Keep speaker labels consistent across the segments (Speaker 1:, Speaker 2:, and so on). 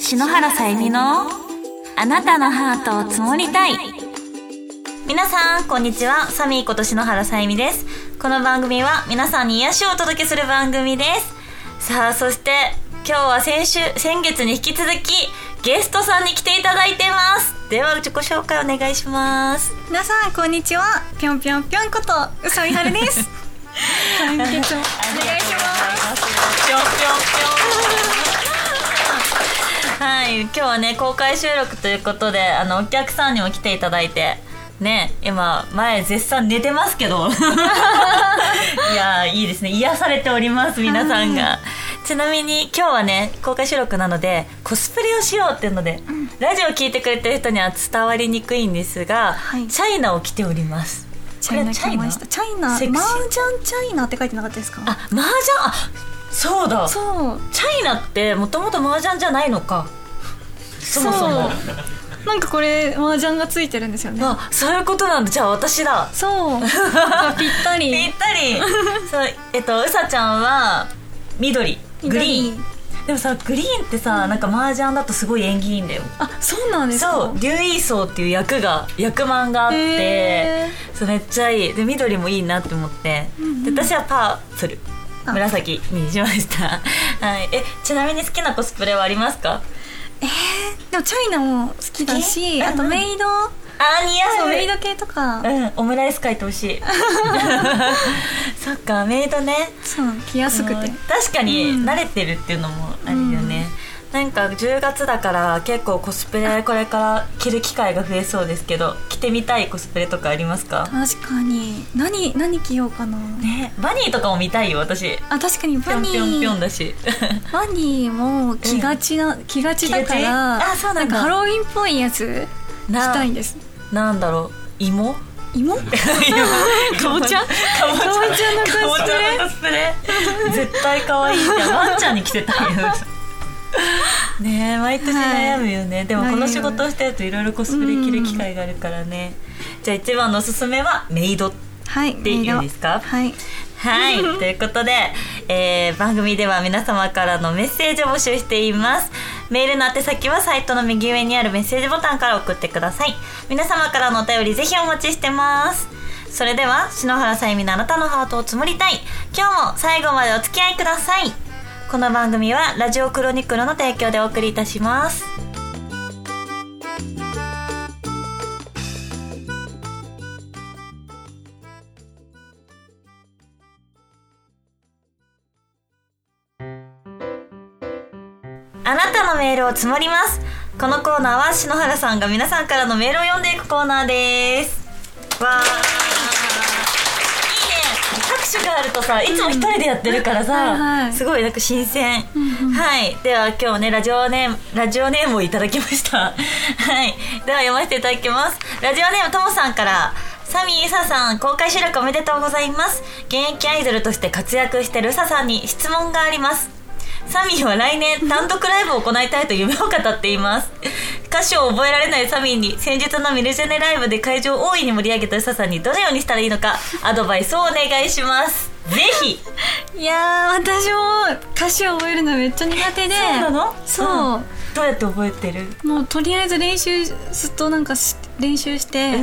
Speaker 1: 篠原さゆみのあなたのハートを積もりたい皆さんこんにちはサミーこと篠原さゆみですこの番組は皆さんに癒しをお届けする番組ですさあそして今日は先週先月に引き続きゲストさんに来ていただいてますでは自己紹介お願いします
Speaker 2: 皆さんこんにちはぴょんぴょんぴょんこと宇佐美春です今月もお願いします
Speaker 1: ぴょんぴょんぴょん。はい、今日はね公開収録ということで、あのお客さんにも来ていただいて。ね、今前絶賛寝てますけ どいやーいいですね癒されております皆さんがちなみに今日はね公開収録なのでコスプレをしようっていうので、ラジオを聞いてくれてる人には伝わりにくいんですが、
Speaker 2: はい
Speaker 1: チャイナを着ております
Speaker 2: チャイナ来ました
Speaker 1: こ
Speaker 2: チャイナマー
Speaker 1: セ
Speaker 2: ジャ
Speaker 1: クシ
Speaker 2: ン
Speaker 1: ー
Speaker 2: チャイナって書いてなかったです
Speaker 1: れ
Speaker 2: か
Speaker 1: はチャイナあ麻雀あそうだ
Speaker 2: そう
Speaker 1: チャイナってもともと麻雀じゃないのかそもそも
Speaker 2: そうなんかこれマージャンがついてるんですよね
Speaker 1: あそういうことなんだじゃあ私だ
Speaker 2: そうぴった り
Speaker 1: ぴったりそう えっとうさちゃんは緑グリーンでもさグリーンってさ、なんか麻雀だとすごい縁起いいんだよ
Speaker 2: あそうなんですか
Speaker 1: そう劉イソウっていう役が役満があって
Speaker 2: へ
Speaker 1: そうめっちゃいいで緑もいいなって思って、
Speaker 2: うんうん
Speaker 1: で私はパープル
Speaker 2: あ
Speaker 1: 紫にしましたはいえちなみに好きなコスプレはありますか
Speaker 2: えーでもチャイナも好きだし
Speaker 1: 好き
Speaker 2: あと
Speaker 1: うんうん
Speaker 2: メイド
Speaker 1: あ似合う
Speaker 2: そうメイド系とか
Speaker 1: うん、オムライス書いてほ しいそっかメイドね
Speaker 2: そう着やすく
Speaker 1: あ
Speaker 2: て
Speaker 1: の確かに
Speaker 2: うん
Speaker 1: 慣れてるっていうのもあるよね、なんか10月だから結構コスプレこれから着る機会が増えそうですけど着てみたいコスプレとかありますか
Speaker 2: 確かに何何着ようかな
Speaker 1: ねバニーとかも見たいよ私
Speaker 2: あ確かに
Speaker 1: ぴ
Speaker 2: バ
Speaker 1: ょん
Speaker 2: ニ
Speaker 1: ぴょんぴょん
Speaker 2: ー
Speaker 1: だし
Speaker 2: バニーも着がちな、着がちだか
Speaker 1: 着がち
Speaker 2: ら
Speaker 1: あそうなんだ
Speaker 2: かハロウィンっぽいやつ着
Speaker 1: な
Speaker 2: たいんです
Speaker 1: なんだろう芋
Speaker 2: 芋
Speaker 1: かぼちゃかぼちゃ
Speaker 2: かぼちゃのコスプレ
Speaker 1: かぼちゃのコスプレ絶対可愛いじゃんワンちゃんに着てたいよねえ毎年悩むよね、でもこの仕事をしてるといろいろコスプレ着る機会があるからね、じゃあ一番のおすすめはメイド
Speaker 2: はい
Speaker 1: でいいですか
Speaker 2: はい
Speaker 1: はい、ということで、えー番組では皆様からのメッセージを募集しています。メールの宛先はサイトの右上にあるメッセージボタンから送ってください。皆様からのお便りぜひお待ちしてます。それでは、篠原さゆみのあなたのハートを積もりたい。今日も最後までお付き合いください。この番組はラジオクロニクルの提供でお送りいたします。あなたのメールを積もります。このコーナーは篠原さんが皆さんからのメールを読んでいくコーナーです。わー。いいね。拍手があるとさ、いつも一人でやってるからさ、
Speaker 2: うんはいはい
Speaker 1: すごいなんか新鮮。
Speaker 2: うんうん
Speaker 1: はい。では今日ね、ラジオネーム、ラジオネームをいただきました。 はい。では読ませていただきます。ラジオネームともさんから、サミー・ユサさん、公開収録おめでとうございます。現役アイドルとして活躍してるサさんに質問があります。サミーは来年単独ライブを行いたいと夢を語っています。歌詞を覚えられないサミーに先日のミルジェネライブで会場を大いに盛り上げたユサさんにどのようにしたらいいのかアドバイスをお願いします。ぜひ
Speaker 2: いやー私も歌詞を覚えるのめっちゃ苦手で
Speaker 1: そうなの
Speaker 2: そう、
Speaker 1: どうやって覚えてる
Speaker 2: もうとりあえず練習ずっとなんかし練習して、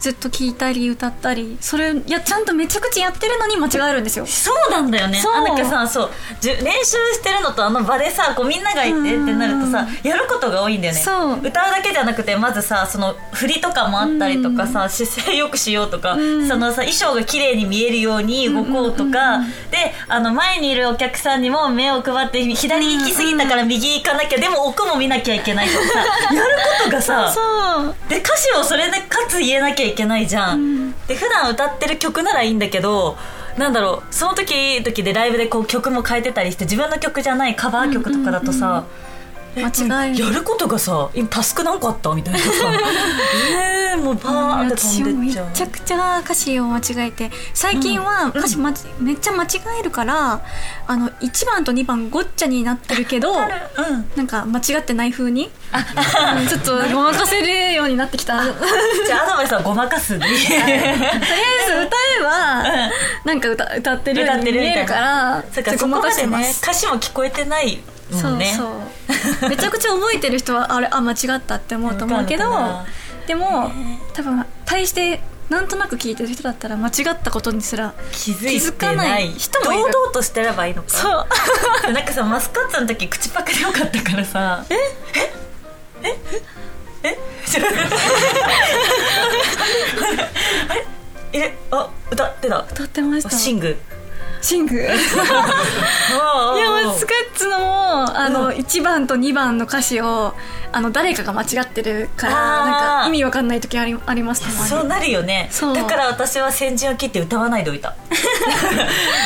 Speaker 2: ずっと聴いたり歌ったりそれいやちゃんとめちゃくちゃやってるのに間違えるんですよ
Speaker 1: そうなんだよね
Speaker 2: そう
Speaker 1: あなんかさそうじゅ練習してるのとあの場でさこうみんながいてってなるとさやることが多いんだよね
Speaker 2: そう
Speaker 1: 歌うだけじゃなくてまずさその振りとかもあったりとかさ、姿勢よくしようとか、そのさ衣装が綺麗に見えるように動こうとか、であの前にいるお客さんにも目を配って左行き過ぎたから右行かなきゃでも奥も見なきゃいけないと かさやることがさ
Speaker 2: そう
Speaker 1: で歌詞をそれでかつ言えなきゃいけないじゃん、
Speaker 2: うん
Speaker 1: で普段歌ってる曲ならいいんだけどなんだろうその時々でライブでこう曲も変えてたりして自分の曲じゃないカバー曲とかだとさ、
Speaker 2: 間違える
Speaker 1: やることがさ今タスクなんかあったみたいな さえー、もうバーって飛
Speaker 2: 私も
Speaker 1: んで
Speaker 2: め
Speaker 1: っ
Speaker 2: ち
Speaker 1: ちゃう
Speaker 2: ゃくちゃ歌詞を間違えて最近は歌詞、まちめっちゃ間違えるからあの1番と2番ごっちゃになってるけど
Speaker 1: うん
Speaker 2: なんか間違ってない風にうんちょっとごまかせるようになってきたとりあ
Speaker 1: じゃあアドバイスはごまか すで
Speaker 2: えず歌えばなんか歌歌ってるよ
Speaker 1: 歌
Speaker 2: う
Speaker 1: っ
Speaker 2: に
Speaker 1: てる
Speaker 2: 見
Speaker 1: みた
Speaker 2: え
Speaker 1: い
Speaker 2: るか
Speaker 1: な
Speaker 2: ら
Speaker 1: そっ
Speaker 2: ちょ
Speaker 1: か
Speaker 2: っと
Speaker 1: そ
Speaker 2: ご
Speaker 1: こ
Speaker 2: まか
Speaker 1: ま
Speaker 2: し
Speaker 1: で
Speaker 2: てま
Speaker 1: ね
Speaker 2: す
Speaker 1: 歌詞も聞こえてないもんね
Speaker 2: そうそう めちゃくちゃ覚えてる人はあれあ間違ったって思うと思うけ
Speaker 1: わ
Speaker 2: ど
Speaker 1: かるか
Speaker 2: でも多分対してなんとなく聞いてる人だったら間違ったことにすら
Speaker 1: 気づいてない
Speaker 2: 気づかない人もいる
Speaker 1: 堂々としてればいいのか
Speaker 2: そう
Speaker 1: なんかさマスカッツの時口パクでよかったからさえええええちょっとあれえあ歌ってた
Speaker 2: 歌ってました
Speaker 1: シング
Speaker 2: シング いや
Speaker 1: い
Speaker 2: もうスカッツのもあの、
Speaker 1: うん
Speaker 2: 1番と2番の歌詞をあの誰かが間違ってるから
Speaker 1: あー
Speaker 2: なんか意味わかんない時ありありましたもん
Speaker 1: そうなるよね
Speaker 2: そう
Speaker 1: だから私は先陣を切って歌わないでおい た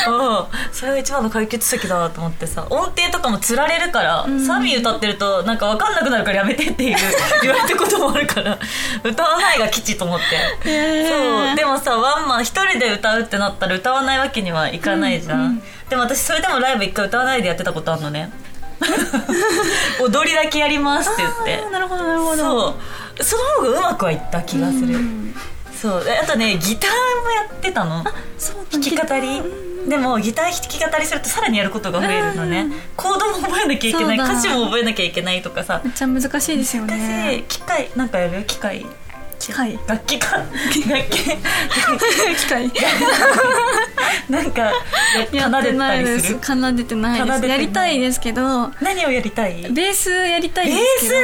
Speaker 1: うんそれが一番の解決策だなと思ってさ音程とかもつられるから、
Speaker 2: ん
Speaker 1: サビ歌ってるとなんか分かんなくなるからやめてって いう言われたこともあるから歌わないが吉と思って、そうでもさワンマン一人で歌うってなったら歌わないわけにはいかないじゃん、でも私それでもライブ一回歌わないでやってたことあるの ね踊りだけやりますって言って
Speaker 2: なるほどなるほど
Speaker 1: そうその方がうまくはいった気がする、そうであとねギターもやってたの
Speaker 2: そう
Speaker 1: 弾き語りでもギター弾き語りするとさらにやることが増えるのね、コードも覚えなきゃいけない
Speaker 2: そうだ
Speaker 1: 歌詞も覚えなきゃいけないとかさ
Speaker 2: めっちゃ難しいですよ
Speaker 1: 私、
Speaker 2: ね
Speaker 1: 機械なんかやる機械
Speaker 2: 機械
Speaker 1: 楽器か楽器
Speaker 2: 機械
Speaker 1: なんか奏でたりする
Speaker 2: 奏でてない
Speaker 1: 奏
Speaker 2: で
Speaker 1: でてな
Speaker 2: す
Speaker 1: い
Speaker 2: やりたいですけど
Speaker 1: 何をやりたい
Speaker 2: ベースやりたいですけど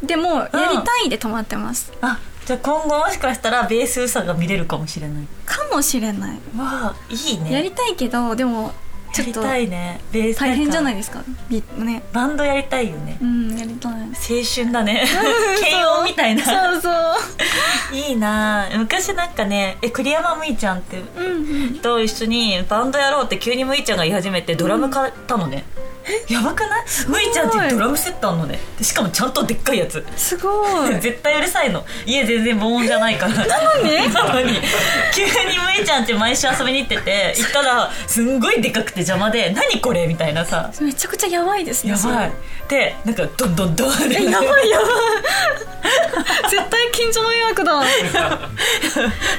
Speaker 1: ベ
Speaker 2: でもやりたいで止まってます、
Speaker 1: あじゃあ今後もしかしたらベースさが見れるかもしれない
Speaker 2: かもしれない
Speaker 1: わあいいね
Speaker 2: やりたいけどでもち
Speaker 1: や
Speaker 2: ょっ
Speaker 1: り
Speaker 2: と
Speaker 1: たいねベース
Speaker 2: 大変じゃない
Speaker 1: い
Speaker 2: ですかビね
Speaker 1: バンドやりたいよね
Speaker 2: うんやりたい
Speaker 1: 青春だね 軽音みたいな
Speaker 2: そうそう
Speaker 1: いいな昔なんかねえ栗山むいちゃんって
Speaker 2: うんうん
Speaker 1: と一緒にバンドやろうって急にむいちゃんが言い始めてドラム買ったのね、やばくないむいちゃんってドラムセットあんのねでしかもちゃんとでっかいやつ
Speaker 2: すごい
Speaker 1: 絶対うるさいの家全然防音じゃない からなのに急にむいちゃんって毎週遊びに行ってて行ったらすんごいでかくて邪魔で「何これ?」みたいなさ
Speaker 2: めちゃくちゃやばいですね
Speaker 1: や
Speaker 2: それ
Speaker 1: ばいでなんかドンドンドンえやばい
Speaker 2: 絶対近所迷惑だ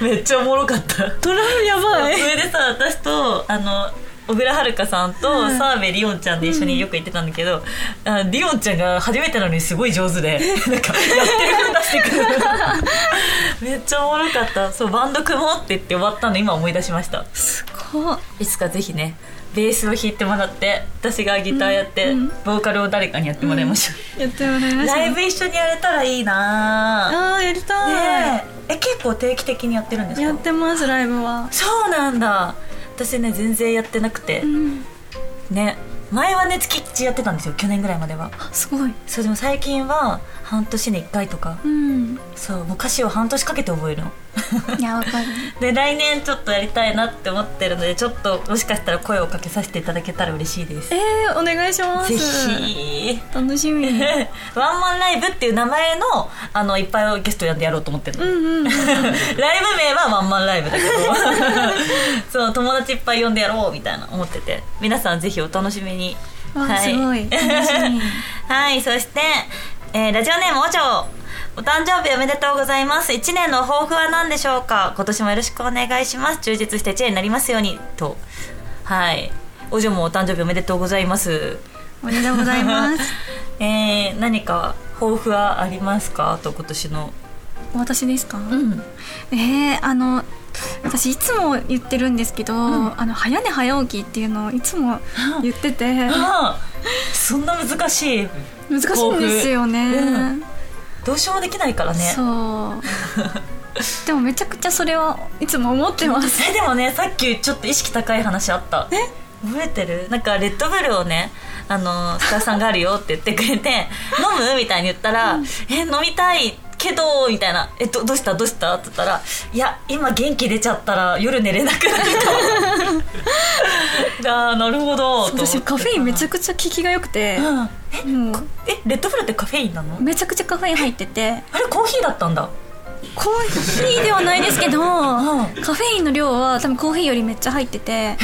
Speaker 1: めっちゃおもろかった
Speaker 2: ドラムやば
Speaker 1: それでさ私とあの小倉遥さんと澤部リオンちゃんで一緒によく行ってたんだけど、あリオンちゃんが初めてなのにすごい上手 でなんかやってる風出してくる めっちゃおもろかったそうバンド組もうって言って終わったの今思い出しました
Speaker 2: すごい
Speaker 1: いつかぜひねベースを弾いてもらって私がギターやって、ボーカルを誰かにやってもらいましょ、
Speaker 2: やってもらいうました
Speaker 1: ライブ一緒にやれたらいいな
Speaker 2: ああやり
Speaker 1: ぁ
Speaker 2: たい、
Speaker 1: ねええ結構定期的にやってるんですか
Speaker 2: やってますライブは
Speaker 1: そうなんだ私ね全然やってなくて、
Speaker 2: うん
Speaker 1: ね前はね月1やってたんですよ去年ぐらいまでは
Speaker 2: あすごい
Speaker 1: そうでも最近は半年に1回とか
Speaker 2: うん
Speaker 1: そうもう歌詞を半年かけて覚えるの
Speaker 2: いやわかる
Speaker 1: で来年ちょっとやりたいなって思ってるのでちょっともしかしたら声をかけさせていただけたら嬉しいです
Speaker 2: えー、お願いします
Speaker 1: ぜひ
Speaker 2: 楽しみ
Speaker 1: ワンマンライブっていう名前のあのいっぱいゲストやってやろうと思ってるの、
Speaker 2: うんうん
Speaker 1: ライブ名はワンマンライブだ けどそう友達いっぱい呼んでやろうみたいな思ってて皆さんぜひお楽しみに
Speaker 2: わあす ごい楽しみ
Speaker 1: はいそして、えーラジオネームおちょお誕生日おめでとうございます1年の抱負は何でしょうか今年もよろしくお願いします充実した1年になりますようにとはいお嬢もお誕生日おめでとうございます
Speaker 2: おめでとうございます
Speaker 1: えー何か抱負はありますかあと今年の
Speaker 2: 私ですか、
Speaker 1: ん
Speaker 2: えー、あの私いつも言ってるんですけど、あの早寝早起きっていうのをいつ も言ってて 難
Speaker 1: ああ そんな難しい
Speaker 2: しいんですよね、
Speaker 1: うんどうしようもできないからね
Speaker 2: そう でもめちゃくちゃそれはいつも思ってます
Speaker 1: えでもねさっきちょっと意識高い話あった覚えてるなんかレッドブルをねあのスタッフさんがあるよって言ってくれて 「飲む?」みたいに言ったら「え飲みたいけど」みたいな「えどどうしたどうした?」って言ったら「いや今元気出ちゃったら夜寝れなくなるかも」 あーなるほどと思って
Speaker 2: 私カフェインめちゃくちゃ効きが良くて
Speaker 1: う、ん
Speaker 2: もう
Speaker 1: えレッドブルってカフェインなの
Speaker 2: めちゃくちゃカフェイン入ってて
Speaker 1: あれコーヒーだったんだ
Speaker 2: コーヒーではないですけど
Speaker 1: ん
Speaker 2: カフェインの量は多分コーヒーよりめっちゃ入ってて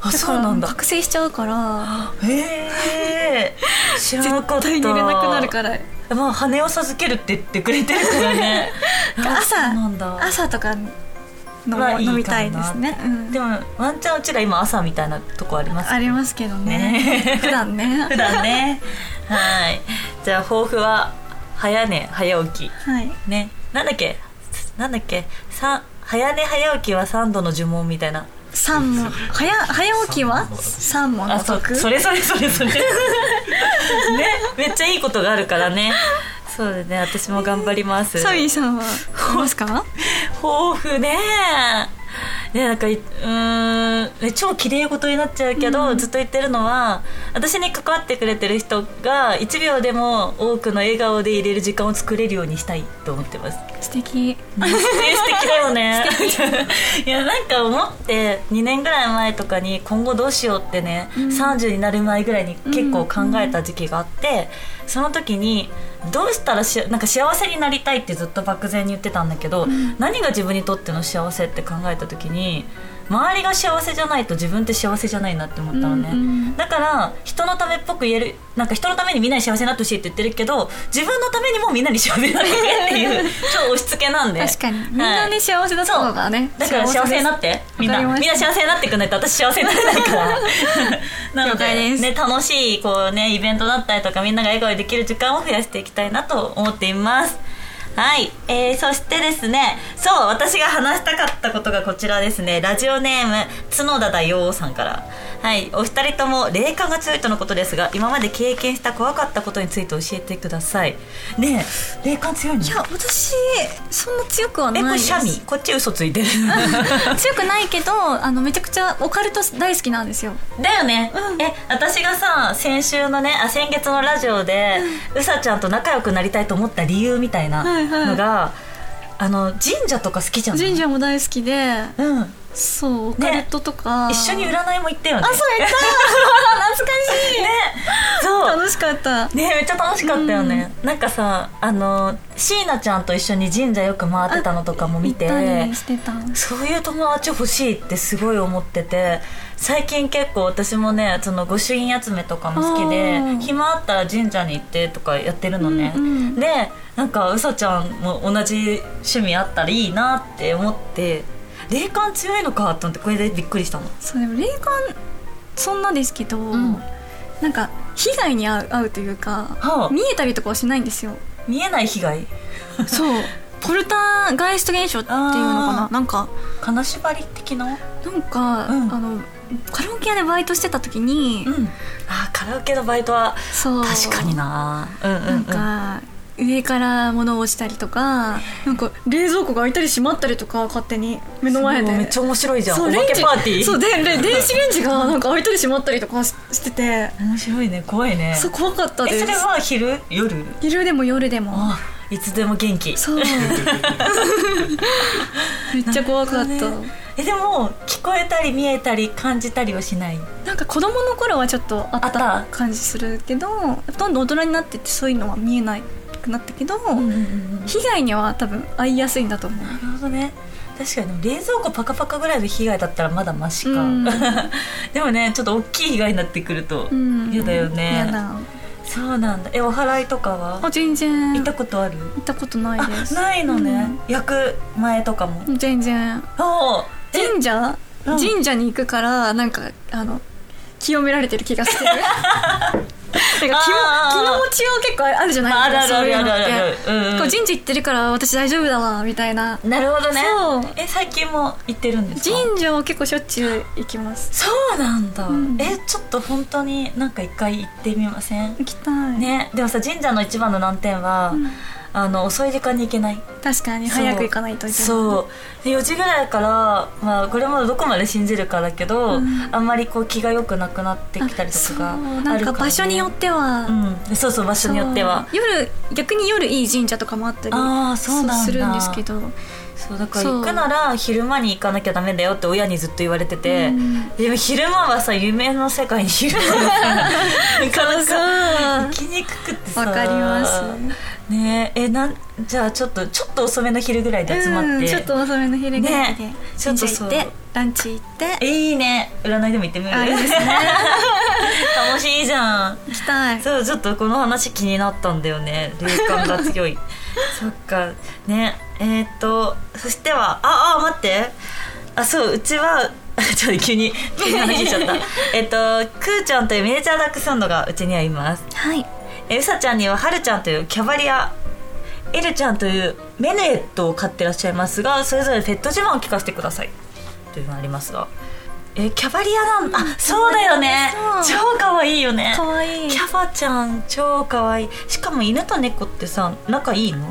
Speaker 1: あ
Speaker 2: だから覚醒しちゃうから
Speaker 1: へえ知らなかった
Speaker 2: 絶対寝れなくなるから
Speaker 1: まあ羽を授けるって言ってくれてるから ねあそう
Speaker 2: 朝
Speaker 1: なんだ
Speaker 2: 朝とかの
Speaker 1: はいいかな
Speaker 2: 飲みたいですね、うん
Speaker 1: でもワンちゃんうちら今朝みたいなとこあります
Speaker 2: ありますけどね
Speaker 1: ね
Speaker 2: 普段 ね
Speaker 1: 普段ねはいじゃあ抱負は早寝早起
Speaker 2: はい
Speaker 1: きねなんだっけなんだっけさん早寝早起きは三度の呪文みたいな
Speaker 2: 三問早早起きは三問の
Speaker 1: あそう
Speaker 2: 得
Speaker 1: それそれそれ それねめっちゃいいことがあるからねそうだね私も頑張ります
Speaker 2: サミーさんはあります か
Speaker 1: 抱負ねねなんかいうーんね超綺麗事になっちゃうけど、ずっと言ってるのは私に関わってくれてる人が1秒でも多くの笑顔で入れる時間を作れるようにしたいと思ってます
Speaker 2: 素
Speaker 1: ね
Speaker 2: 敵
Speaker 1: 素敵だよねいやなんか思って2年ぐらい前とかに今後どうしようってね、30になる前ぐらいに結構考えた時期があって、その時にどうしたらしなんか幸せになりたいってずっと漠然に言ってたんだけど、何が自分にとっての幸せって考えた時に周りが幸せじゃないと自分って幸せじゃないなって思ったのね、
Speaker 2: うんうん
Speaker 1: だから人のためっぽく言えるなんか人のためにみんなに幸せになってほしいって言ってるけど自分のためにもみんなに幸せになってねって いう超押し付けなんで
Speaker 2: 確かにみん
Speaker 1: は
Speaker 2: ないね幸せだったのがね
Speaker 1: だから幸せになっ
Speaker 2: 幸
Speaker 1: て
Speaker 2: す
Speaker 1: みんな
Speaker 2: わ
Speaker 1: みん
Speaker 2: かりました
Speaker 1: な幸せになってくんないと私幸せになれない からなの
Speaker 2: 了解
Speaker 1: で
Speaker 2: です
Speaker 1: ね楽しいこうねイベントだったりとかみんなが笑顔でできる時間を増やしていきたいなと思っていますはい、えー、そしてですねそう私が話したかったことがこちらですねラジオネーム角田大王さんからはいお二人とも霊感が強いとのことですが今まで経験した怖かったことについて教えてくださいねえ霊感強いの
Speaker 2: せいや私そんな強くはな
Speaker 1: え
Speaker 2: い
Speaker 1: これ
Speaker 2: です
Speaker 1: シャミこっち嘘ついてる
Speaker 2: 強くないけどあのめちゃくちゃオカルト大好きなんですよ
Speaker 1: だよね、え私がさ先週のねあ先月のラジオで、うさちゃんと仲良くなりたいと思った理由みたいな
Speaker 2: はいはい
Speaker 1: のが、あの神社とか好きじゃん
Speaker 2: 神社も大好きで
Speaker 1: うん
Speaker 2: そうオカルトとか、
Speaker 1: 一緒に占いも行ったよね
Speaker 2: あそうやった懐かしい、
Speaker 1: ね そう
Speaker 2: 楽しかった
Speaker 1: ねめっちゃ楽しかったよね、なんかさあの椎名ちゃんと一緒に神社よく回ってたのとかも見て
Speaker 2: 行ったりしてた
Speaker 1: そういう友達欲しいってすごい思ってて最近結構私もねその御朱印集めとかも好きで
Speaker 2: あー
Speaker 1: 暇あったら神社に行ってとかやってるのね、
Speaker 2: うんうん
Speaker 1: でなんかうさちゃんも同じ趣味あったらいいなって思って霊感強いのかと思ってこれでびっくりしたの
Speaker 2: そうでも霊感そんなですけど、
Speaker 1: ん
Speaker 2: なんか被害に遭う遭うというか、
Speaker 1: はあ
Speaker 2: 見えたりとかはしないんですよ
Speaker 1: 見えない被害
Speaker 2: そうポルターガイスト現象っていうのか
Speaker 1: あ
Speaker 2: な
Speaker 1: ー
Speaker 2: なんか
Speaker 1: 金縛り的な
Speaker 2: なん
Speaker 1: う
Speaker 2: か、
Speaker 1: ん
Speaker 2: あのカラオケ屋でバイトしてた時に、
Speaker 1: うんあーカラオケのバイトは
Speaker 2: そう
Speaker 1: 確かになうんうんうん
Speaker 2: なんか、上から物落ちたりとかなんか冷蔵庫が開いたり閉まったりとか勝手に目の前で
Speaker 1: そうめっちゃ面白いじゃんお
Speaker 2: そう
Speaker 1: 化
Speaker 2: レン
Speaker 1: け
Speaker 2: ジ
Speaker 1: パーティー
Speaker 2: そうで で電子レンジがなんか開いたり閉まったりとかししてて
Speaker 1: 面白いね怖いね
Speaker 2: そう怖かった
Speaker 1: え
Speaker 2: です
Speaker 1: それは昼夜
Speaker 2: 昼でも夜でも
Speaker 1: あいつでも元気
Speaker 2: そうめっちゃ怖かった
Speaker 1: なるほどねえでも聞こえたり見えたり感じたりはしない
Speaker 2: なんか子供の頃はちょっとあっ
Speaker 1: あった
Speaker 2: た感じするけどどんどん大人になってってそういうのは見えないくなったけど、
Speaker 1: な
Speaker 2: 被害には多分遭いやすいんだと思う
Speaker 1: るほどね確かに冷蔵庫パカパカぐらいの被害だったらまだマシか、
Speaker 2: うん
Speaker 1: でもねちょっと大きい被害になってくると
Speaker 2: うん
Speaker 1: 嫌だよ
Speaker 2: 嫌
Speaker 1: ね、
Speaker 2: だ
Speaker 1: そうなんだえお祓いとかは
Speaker 2: あ全然
Speaker 1: 行
Speaker 2: 行
Speaker 1: っ
Speaker 2: った
Speaker 1: ことある
Speaker 2: たことないで
Speaker 1: あ
Speaker 2: す
Speaker 1: ないのね、焼く前とかも、
Speaker 2: うん全然
Speaker 1: おーえ
Speaker 2: 神社、
Speaker 1: うん
Speaker 2: 神社に行くからなんかあの清められてる気が してるなんか気も
Speaker 1: あー
Speaker 2: 気の持ちよう結構あるじゃ
Speaker 1: まあ
Speaker 2: な
Speaker 1: あ
Speaker 2: い
Speaker 1: る
Speaker 2: で
Speaker 1: あ
Speaker 2: す
Speaker 1: るあ
Speaker 2: かそうい
Speaker 1: るあるあるあるうんう
Speaker 2: うのって
Speaker 1: ん
Speaker 2: こう神社行ってるから私大丈夫だわみたいな
Speaker 1: なるほどね
Speaker 2: そう
Speaker 1: え最近も行ってるんですか
Speaker 2: 神社は結構しょっちゅう行きます
Speaker 1: そうなんだ、
Speaker 2: うん
Speaker 1: えちょっと本当になんか一回行ってみません
Speaker 2: 行きたい
Speaker 1: ねでもさ神社の一番の難点は、
Speaker 2: うん
Speaker 1: あの遅い時間に行けない
Speaker 2: 確かに早く行かないといけない
Speaker 1: そうで4時ぐらいから、まあ、これもどこまで信じるかだけど、
Speaker 2: うん
Speaker 1: あんまりこう気が良くなくなってきたりとかがあ
Speaker 2: あ
Speaker 1: る
Speaker 2: そう
Speaker 1: から、
Speaker 2: なんか場所によっては、
Speaker 1: うんでそうそう場所によっては
Speaker 2: そう夜逆に夜いい神社とかもあったり
Speaker 1: あーそうなんだ
Speaker 2: するんですけど
Speaker 1: そうだから
Speaker 2: そう
Speaker 1: 行くなら昼間に行かなきゃダメだよって親にずっと言われてて、
Speaker 2: うん
Speaker 1: でも昼間はさ夢の世界に昼間はさなかなか行きにくくってさ
Speaker 2: わかります
Speaker 1: ねええなんじゃあちょっとちょっと遅めの昼ぐらいで集まって、
Speaker 2: うんちょっと遅めの昼ぐらいで
Speaker 1: ねちょっ
Speaker 2: 神
Speaker 1: と
Speaker 2: 社
Speaker 1: そう
Speaker 2: 行ってランチ行って
Speaker 1: えいいね占いでも行ってみる
Speaker 2: あいいですね
Speaker 1: 楽しいじゃん感
Speaker 2: 行きたい
Speaker 1: そうちょっとこの話気になったんだよね霊感が強いそっかねえーっとそしてはああ待ってあそううちは ちょっと急に急に話しちゃったえっとくーちゃんというミニチュアダックサンドがうちにはいます
Speaker 2: はい
Speaker 1: えうさちゃんにははるちゃんというキャバリアエルちゃんというメネットを飼ってらっしゃいますがそれぞれペット自慢を聞かせてくださいというのがありますがえキャバリアなんだ、あそうだよね
Speaker 2: キャバリアそ
Speaker 1: 超可愛いよね
Speaker 2: 可愛い
Speaker 1: キャバちゃん超可愛いしかも犬と猫ってさ仲いいの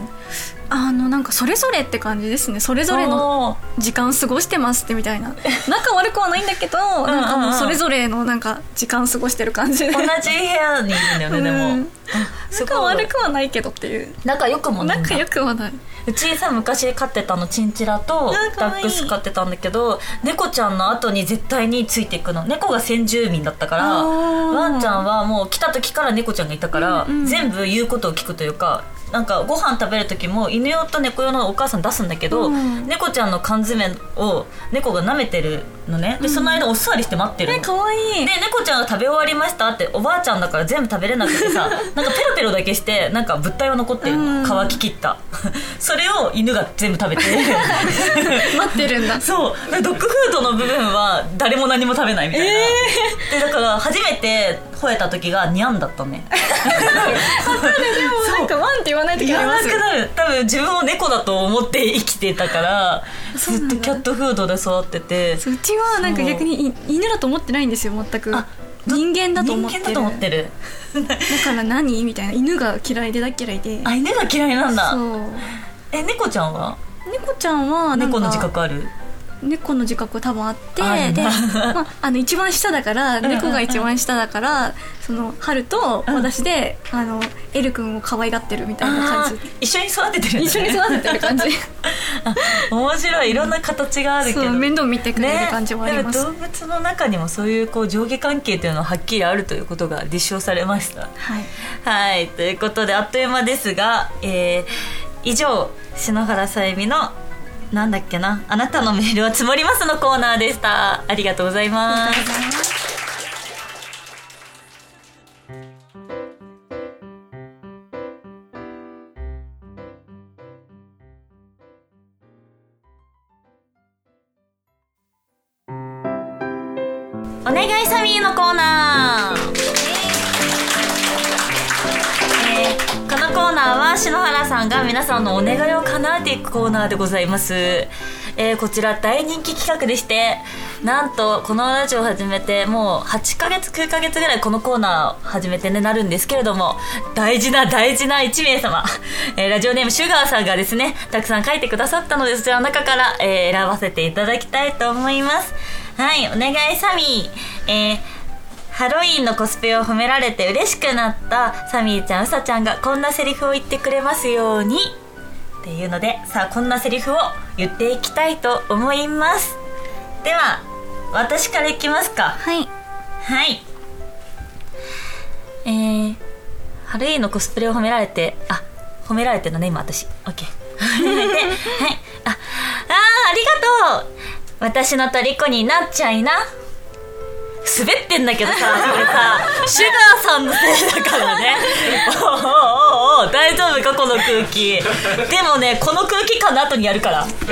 Speaker 2: あのなんかそれぞれって感じですねそれぞれの
Speaker 1: の
Speaker 2: 時間過ごしてますってみたいな仲悪くはないんだけ
Speaker 1: ん
Speaker 2: どなんかもうそれぞれのなんか時間過ごしてる感 じで
Speaker 1: 同じ部屋にいるんだよねでも、
Speaker 2: うん
Speaker 1: あす
Speaker 2: 仲
Speaker 1: ごい
Speaker 2: 悪くはないけどっていう
Speaker 1: 仲良くもないんだ
Speaker 2: 仲良くはないう
Speaker 1: ちさ昔飼ってたのチンチラと
Speaker 2: あか
Speaker 1: ダ
Speaker 2: わい
Speaker 1: ッ
Speaker 2: い
Speaker 1: クス飼ってたんだけど猫ちゃんの後に絶対についていくの猫が先住民だったから
Speaker 2: あー
Speaker 1: ワンちゃんはもう来た時から猫ちゃんがいたから、
Speaker 2: うんうん
Speaker 1: 全部言うことを聞くというかなんかご飯食べる時も犬用と猫用のお母さん出すんだけど、
Speaker 2: うん
Speaker 1: 猫ちゃんの缶詰を猫が舐めてるのねでその間お座りして待ってるの、
Speaker 2: え可愛い
Speaker 1: で猫ちゃんが食べ終わりましたっておばあちゃんだから全部食べれなくて さなんかペロペロだけしてなんか物体は残ってる
Speaker 2: う
Speaker 1: の
Speaker 2: ん
Speaker 1: 乾ききった それを犬が全部食べ て
Speaker 2: 待ってるんだ
Speaker 1: そうでドッグフードの部分は誰も何も食べないみたいな、でだから初めて吠えた時がニャンだったね
Speaker 2: でもなんかワンって言わない時
Speaker 1: や
Speaker 2: ありま
Speaker 1: ば
Speaker 2: す
Speaker 1: くなる多分自分を猫だと思って生きてたから
Speaker 2: そう
Speaker 1: ずっ
Speaker 2: なんだ
Speaker 1: とキャットフードで育ってて
Speaker 2: そううちはなんか逆にい犬だと思ってないんですよ全く
Speaker 1: あ
Speaker 2: 人間だ
Speaker 1: 人
Speaker 2: と思って
Speaker 1: 間
Speaker 2: る
Speaker 1: だと思ってる
Speaker 2: だから何みたいな犬が嫌いで大嫌いで
Speaker 1: あ犬が嫌いなんだ
Speaker 2: そう
Speaker 1: え猫ちゃんは
Speaker 2: 猫ちゃんはなんか
Speaker 1: 猫の自覚ある
Speaker 2: 猫の自覚は多分あって
Speaker 1: あるん
Speaker 2: で、
Speaker 1: だ
Speaker 2: まあ、あの一番下だから
Speaker 1: んうんうん
Speaker 2: 猫が一番下だからその春と
Speaker 1: うん
Speaker 2: 私で、あのエル君を可愛がってるみたいな
Speaker 1: あ
Speaker 2: 感
Speaker 1: ー一緒に育ててる
Speaker 2: じ
Speaker 1: ん
Speaker 2: 一
Speaker 1: だ
Speaker 2: 緒に
Speaker 1: ね
Speaker 2: 育ててる感じ
Speaker 1: 面白いいろんな形があるけ
Speaker 2: そ
Speaker 1: ど
Speaker 2: う面倒見てくれる
Speaker 1: ね
Speaker 2: 感じもあります、
Speaker 1: でも動物の中にもそういうこう上下関係というのははっきりあるということが立証されました
Speaker 2: はい
Speaker 1: はいということであっという間ですが、えー以上篠原さゆみのなんだっけなあなたのメールは積もりますのコーナーでしたありがとうござい
Speaker 2: あ
Speaker 1: ます
Speaker 2: りがとうございます
Speaker 1: お願いサミーのコーナー、えーこのコーナーは篠原さんが皆さんのお願いを叶えていくコーナーでございます、えーこちら大人気企画でしてなんとこのラジオを始めてもう8ヶ月9ヶ月ぐらいこのコーナーを始めてねなるんですけれども大事な大事な1名様、 えーラジオネームシュガーさんがですねたくさん書いてくださったのでそちらの中から、えー選ばせていただきたいと思いますはいお願いサミー、えーハロウィンのコスプレを褒められて嬉しくなったサミーちゃんうさちゃんがこんなセリフを言ってくれますようにっていうのでさあこんなセリフを言っていきたいと思いますでは私からいきますか
Speaker 2: はい
Speaker 1: はいえー、ハロウィンのコスプレを褒められてあ褒められてるのね今私オッケー ではいああーありがとう私の虜になっちゃいな滑ってんだけどさ、これ さ、シュガーさんのせいだからね。おうおうおうおう大丈夫か、この空気。でもね、この空気感の後にやるから。
Speaker 2: 同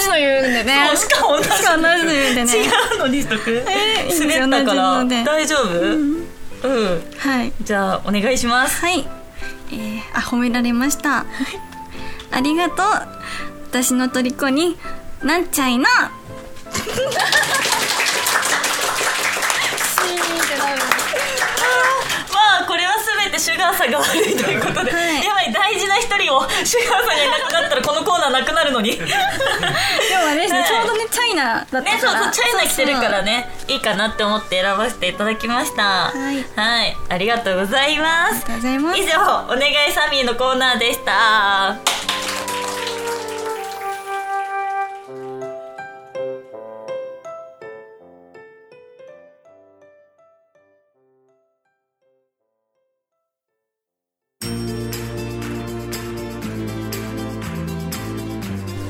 Speaker 2: じの言うんでね
Speaker 1: そうしかも同じ
Speaker 2: しかも同じの言う んでね
Speaker 1: 違うのにしとく、
Speaker 2: えーいいんですよ
Speaker 1: 滑ったか
Speaker 2: 同
Speaker 1: ら
Speaker 2: じので
Speaker 1: 大丈夫うん、
Speaker 2: はい
Speaker 1: じゃあお願いします
Speaker 2: はい、えー、あ褒められましたありがとう私の虜になっちゃいなシーンってなる
Speaker 1: まあこれは全てシュガーさんが悪いということで、
Speaker 2: はい
Speaker 1: やばい大事な一人をシュガーさんがいなくなったらこのコーナーなくなるの にね
Speaker 2: でもあれですね、
Speaker 1: はい
Speaker 2: ちょうどねチャイナだったから、
Speaker 1: そうそうチャイナ来てるから
Speaker 2: ね
Speaker 1: ねいいかなって思って選ばせていただきました
Speaker 2: はい
Speaker 1: いありがとうございま
Speaker 2: あり
Speaker 1: す
Speaker 2: がとうございます
Speaker 1: 以上「お願いサミー」のコーナーでした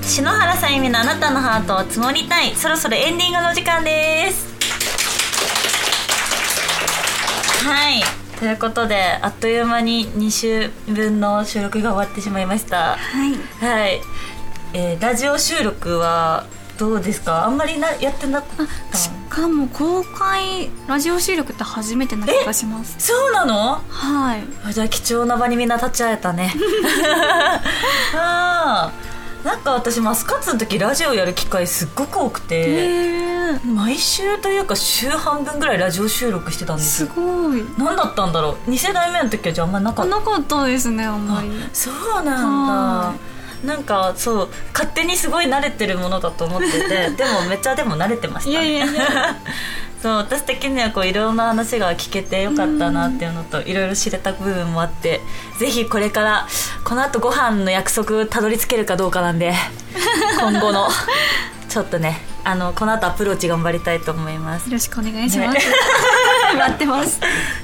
Speaker 1: 篠原さゆみのあなたのハートを積もりたいそろそろエンディングの時間ですはいということであっという間に2週分の収録が終わってしまいました
Speaker 2: はい
Speaker 1: はい、えーラジオ収録はどうですかあんまりなやってなかっ
Speaker 2: あ
Speaker 1: た
Speaker 2: しかも公開ラジオ収録って初めてな気がします
Speaker 1: そうなの
Speaker 2: はい
Speaker 1: あじゃあ貴重な場にみんな立ち会えたね あーなんか私マスカッツの時ラジオやる機会すっごく多く
Speaker 2: え
Speaker 1: て、
Speaker 2: ー、
Speaker 1: 毎週というか週半分ぐらいラジオ収録してたんです
Speaker 2: す
Speaker 1: よ
Speaker 2: ごい
Speaker 1: 何だったんだろう2世代目の時はじゃああんまなかった
Speaker 2: なかったですねあんまり
Speaker 1: そうなん
Speaker 2: は
Speaker 1: だなんかそう勝手にすごい慣れてるものだと思って てでもめっちゃでも慣れてました
Speaker 2: いやいやいや
Speaker 1: そう私的にはこういろんな話が聞けてよかったなっていうのといろいろ知れた部分もあってぜひこれからこの後ご飯の約束たどり着けるかどうかなんで 今後のちょっとねあのこの後アプローチ頑張りたいと思います
Speaker 2: よろしくお願いします、 待ってます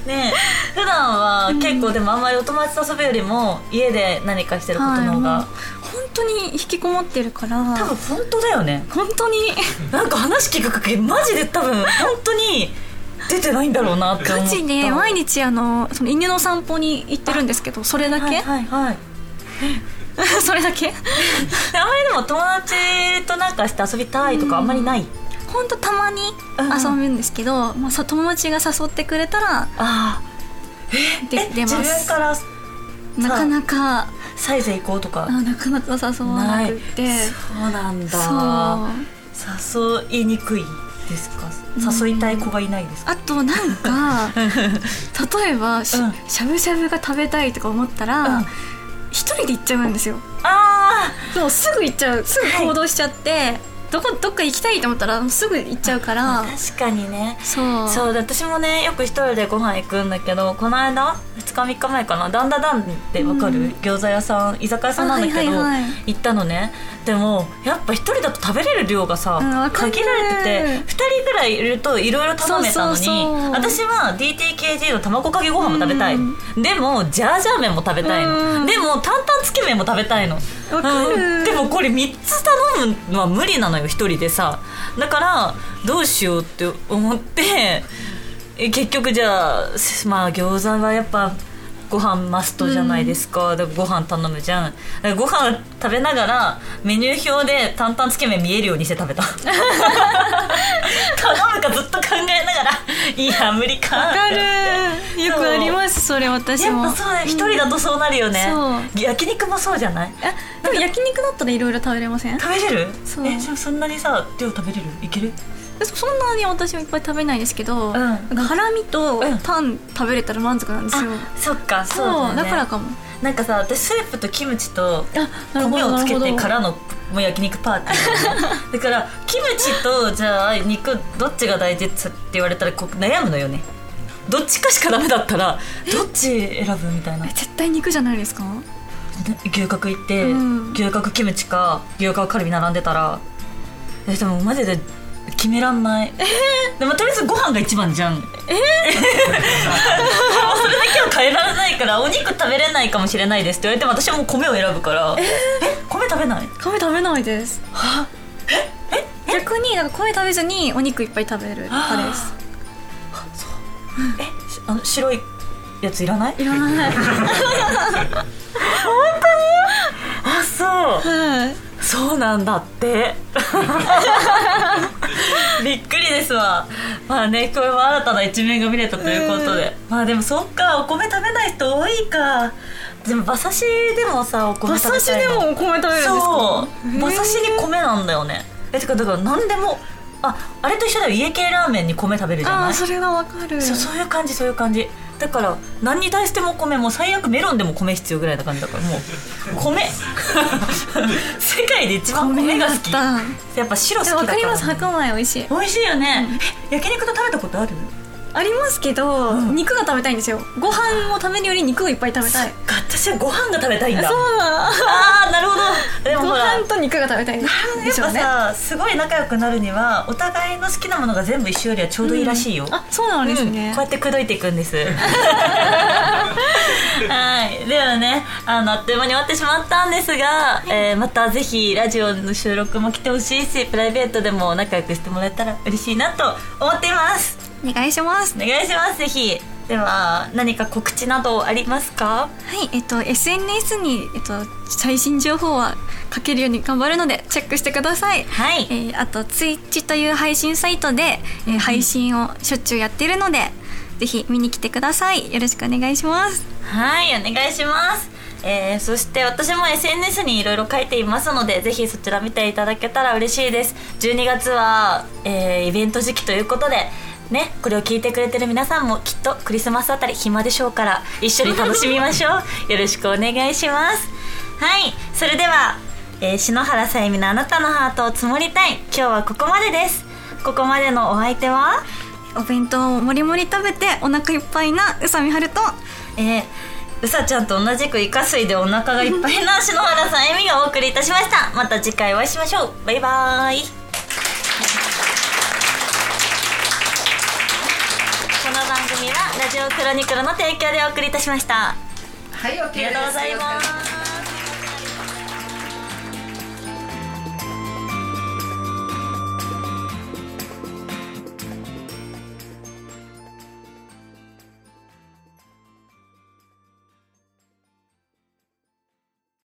Speaker 1: ねえ普段は結構でもあんまりお友達と遊ぶよりも家で何かしてることの方が、
Speaker 2: はい本当に引きこもってるから
Speaker 1: 多分本当だよね
Speaker 2: 本当に
Speaker 1: なんか話聞く限りマジで多分本当に出てないんだろうなって思
Speaker 2: ガ
Speaker 1: った
Speaker 2: チで毎日あのその犬の散歩に行ってるんですけどそれだけ、
Speaker 1: はいはいはい
Speaker 2: それだけ
Speaker 1: であんまりでも友達となんかして遊びたいとかあんまりない、
Speaker 2: 本当たまに遊ぶんですけど、まあ、さ友達が誘ってくれたら
Speaker 1: ああ
Speaker 2: で出ま
Speaker 1: 自分
Speaker 2: す
Speaker 1: から
Speaker 2: なかなか
Speaker 1: サイズ行こうとか
Speaker 2: あなかなか誘わなくて
Speaker 1: そうなん
Speaker 2: そう
Speaker 1: だ誘いにくいですか
Speaker 2: うん
Speaker 1: 誘いたい子がいないですか、
Speaker 2: あとなん か例えばし,、
Speaker 1: うん
Speaker 2: しゃぶしゃぶが食べたいとか思ったら、
Speaker 1: うん
Speaker 2: 一人で行っちゃうんですよ
Speaker 1: あ
Speaker 2: もうすぐ行っちゃうすぐ行動しちゃって、どこどっか行きたいと思ったらすぐ行っちゃうか
Speaker 1: あ
Speaker 2: ら
Speaker 1: 確かにね
Speaker 2: そう
Speaker 1: そう私もねよく一人でご飯行くんだけどこの間2日3日前かな「だんだだん」ってわかる、
Speaker 2: うん
Speaker 1: 餃子屋さん居酒屋さんなんだけど、
Speaker 2: あはいはいはい
Speaker 1: 行ったのねでもやっぱ一人だと食べれる量がさ、
Speaker 2: うんわかる
Speaker 1: 限られてて2人ぐらいいるといろいろ頼めたのに
Speaker 2: そうそうそう
Speaker 1: 私は DTKG の卵かけご飯も食べたい、
Speaker 2: うん
Speaker 1: でもジャージャー麺も食べたいの、
Speaker 2: うん
Speaker 1: でも担々つけ麺も食べたいの
Speaker 2: わかる
Speaker 1: うんでもこれ3つ頼むのは無理なのよ一人でさだからどうしようって思ってえ結局じゃあまあ餃子はやっぱご飯マストじゃないですか、でご飯頼むじゃんだからご飯食べながらメニュー表で担々つけ麺見えるようにして食べ た頼むかずっと考えながらいや無理か
Speaker 2: わかる
Speaker 1: って
Speaker 2: よくありますそれ私
Speaker 1: や
Speaker 2: も
Speaker 1: っぱそうだよ一人だとそうなるよね、
Speaker 2: そ
Speaker 1: 焼肉もそうじゃない
Speaker 2: えでも焼肉だったらいろいろ食べれません
Speaker 1: 食べれる
Speaker 2: そう
Speaker 1: えじゃあそんなにさ量食べれるいける
Speaker 2: そそんなに私はいっぱい食べないですけど、
Speaker 1: ん
Speaker 2: なんかハラミと
Speaker 1: うん
Speaker 2: タン食べれたら満足なんですよ、
Speaker 1: そっか
Speaker 2: そうだからかも
Speaker 1: なんかさ私スープとキムチと
Speaker 2: あ
Speaker 1: 米をつけてかららのもう焼肉パーティーなのねだからキムチとじゃあ肉どっちが大事って言われたらこう悩むのよねどっちかしかダメだったらどっち選ぶみたいな
Speaker 2: 絶対肉じゃないですか
Speaker 1: 牛角行って、
Speaker 2: うん
Speaker 1: 牛角キムチか牛角カルビ並んでたらえでもマジで決めらんないでもとりあえずご飯が一番じゃんえそれだけは変えられないからお肉食べれないかもしれないですって言われても私はもう米を選ぶからえ米食べない
Speaker 2: 米食べないです逆になんか米食べずにお肉いっぱい食べる派です
Speaker 1: えしあの白いやついらない
Speaker 2: いらない、
Speaker 1: あそう
Speaker 2: はい、
Speaker 1: そうなんだって びっくりですわまあねこれも新たな一面が見れたということで、まあでもそっかお米食べない人多いかでも馬刺しでもさお米
Speaker 2: 馬
Speaker 1: 食べ
Speaker 2: 刺した
Speaker 1: い
Speaker 2: で
Speaker 1: の
Speaker 2: もお米食べるんですか
Speaker 1: そう馬刺しに米なんだよねえてかだから何でもああれと一緒だよ家系ラーメンに米食べるじゃ
Speaker 2: あ
Speaker 1: な
Speaker 2: あ
Speaker 1: い
Speaker 2: それがわかる
Speaker 1: そうそういう感じそういう感じだから何に対しても米もう最悪メロンでも米必要ぐらいな感じだからもう 米 世界で一番米が好き
Speaker 2: 米だっ
Speaker 1: やっぱ白好き
Speaker 2: で
Speaker 1: だ
Speaker 2: も
Speaker 1: か
Speaker 2: わ
Speaker 1: ら
Speaker 2: かります白米美味しい
Speaker 1: 美味しいよね、え焼肉と食べたことある
Speaker 2: ありますけど、
Speaker 1: うん
Speaker 2: 肉が食べたいんですよご飯を食べるより肉をいっぱい食べたい
Speaker 1: そっか私はご飯が食べたいんだ
Speaker 2: そうだ
Speaker 1: ああなるほどでも
Speaker 2: ご
Speaker 1: ほらやっ
Speaker 2: 飯と肉が食べたいんで
Speaker 1: ぱ
Speaker 2: しょうね
Speaker 1: さ、すごい仲良くなるにはお互いの好きなものが全部一緒よりはちょうどいいらしいよ、
Speaker 2: うんあそうなのですね、
Speaker 1: うんこうやって口説いていくんです はいではねあのあっという間に終わってしまったんですが、えーまたぜひラジオの収録も来てほしいしプライベートでも仲良くしてもらえたら嬉しいなと思っています
Speaker 2: お願いします
Speaker 1: お願いしますぜひでは何か告知などありますか
Speaker 2: はい、えっと、SNS に、えっと、最新情報は書けるように頑張るので、チェックしてください。
Speaker 1: はい
Speaker 2: えーあと、ツイッチという配信サイトで、えー配信をしょっちゅうやっているので、ぜひ見に来てください。よろしくお願いします。
Speaker 1: はいお願いします、えーそして私も SNS にいろいろ書いていますのでぜひそちら見ていただけたら嬉しいです12月は、えーイベント時期ということでね、これを聞いてくれてる皆さんもきっとクリスマスあたり暇でしょうから一緒に楽しみましょうよろしくお願いしますはいそれでは、えー篠原さゆみのあなたのハートを積もりたい今日はここまでですここまでのお相手は
Speaker 2: お弁当をもりもり食べて、お腹いっぱいな宇佐美春と、
Speaker 1: えーうさちゃんと同じくイカ水でお腹がいっぱいな篠原さんえみがお送りいたしましたまた次回お会いしましょうバイバーイこの番組はラジオクロニクルの提供でお送りいたしました
Speaker 3: はい、
Speaker 1: あ
Speaker 3: OK です。
Speaker 1: りがとうございます